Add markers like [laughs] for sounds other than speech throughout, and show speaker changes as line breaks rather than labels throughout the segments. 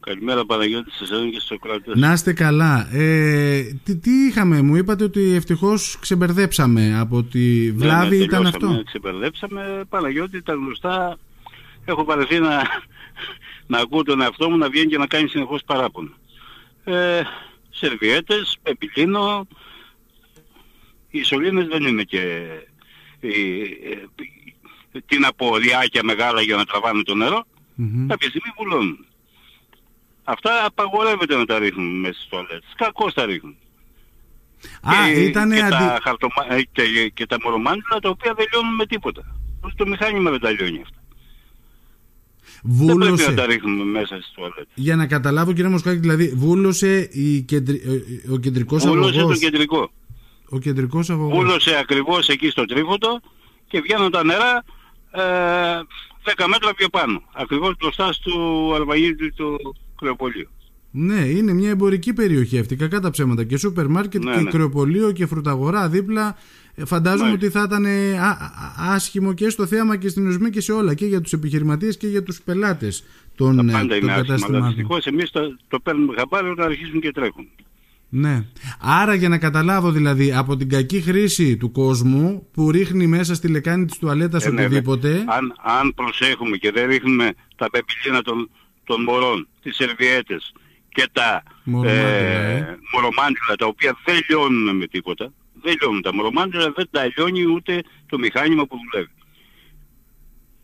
Καλημέρα Παναγιώτη σε εσένα και στο κράτο.
Να είστε καλά. Ε, τι, τι είχαμε, μου είπατε ότι ευτυχώς ξεμπερδέψαμε από
Ναι,
τη βλάβη ήταν αυτό.
Ξεπερδέψαμε Παναγιώτη τα γνωστά. Έχω παρεθεί να, [laughs] να ακούω τον εαυτό μου να βγαίνει και να κάνει συνεχώς παράπονο. Ε, σερβιέτες, πεπιτίνο, οι σωλήνες δεν είναι και ε, ε, τι να πω, διάκια μεγάλα για να τραβάνε το νερό.
Mm. Μμμ.
Κάποια στιγμή βουλώνουν. Αυτά απαγορεύεται να τα ρίχνουν μέσα στις τουαλέτες. Κακώς τα ρίχνουν.
Α,
και,
ήταν
και,
αντι...
τα χαρτομα... ε, και, και τα μορομάντιλα τα οποία δεν λιώνουν με τίποτα. Το μηχάνημα δεν τα λιώνει αυτά. Δεν πρέπει να
Βούλωσε.
τα ρίχνουμε μέσα στις τουαλέτες.
Για να καταλάβω κύριε Μοσκάκη, δηλαδή βούλωσε η κεντρι... ε, ο- ο κεντρικός
Βούλωσε το
αγωγός.
κεντρικό.
Ο κεντρικός αγωγός.
Βούλωσε ακριβώς εκεί στο τρίφωτο και βγαίνουν τα νερά ε, 10 μέτρα πιο πάνω. Ακριβώς μπροστά στο αλβαγίδι του κρεοπολίου.
Ναι, είναι μια εμπορική περιοχή αυτή. Κακά τα ψέματα. Και σούπερ μάρκετ
Ναι,
και
ναι.
κρεοπολείο και φρουταγορά δίπλα. Ε, Φαντάζομαι
Ναι.
ότι θα ήταν ε, α- α- άσχημο και στο θέαμα και στην οσμή και σε όλα. Και για τους επιχειρηματίες και για τους πελάτες των, ε,
Τα πάντα
των
είναι άσχημα. Αλλά
καταστημάτων.
δυστυχώς εμείς το, το παίρνουμε χαμπάρι όταν αρχίσουν και τρέχουν.
Ναι. Άρα για να καταλάβω δηλαδή από την κακή χρήση του κόσμου που ρίχνει μέσα στη λεκάνη της τουαλέτας
Ε, ναι, ναι.
οτιδήποτε.
Αν, αν προσέχουμε και δεν ρίχνουμε τα πεπιλίνα των, των μωρών, τις σερβιέτες και τα
Μορομάντιλα,
ε,
ε.
μορομάντιλα, τα οποία δεν λιώνουν με τίποτα. Δεν λιώνουν τα μορομάντιλα, δεν τα λιώνει ούτε το μηχάνημα που δουλεύει.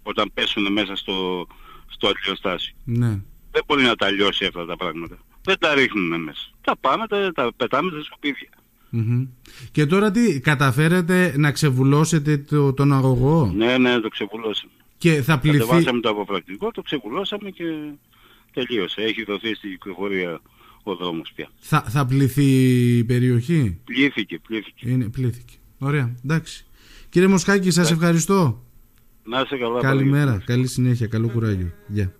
Όταν πέσουν μέσα στο, στο αλλιοστάσιο.
Ναι.
Δεν μπορεί να τα λιώσει αυτά τα πράγματα. Δεν τα ρίχνουμε μέσα. Τα πάμε, τα, τα πετάμε στα σκουπίδια.
Μμμ. Και τώρα τι, καταφέρετε να ξεβουλώσετε το, τον αγωγό
Ναι, ναι, το ξεβουλώσαμε.
και θα πληθεί...
Κατεβάσαμε το αποφρακτικό, το ξεκουλώσαμε και τελείωσε. Έχει δοθεί στην κυκλοφορία ο δρόμος πια.
Θα, θα πληθεί η περιοχή.
Πλήθηκε, πλήθηκε.
Είναι, πλήθηκε. Ωραία, εντάξει. Κύριε Μοσχάκη, σας ευχαριστώ.
Να είσαι καλά. Παναγιώτη.
Καλημέρα, καλή συνέχεια, καλό κουράγιο. Γεια.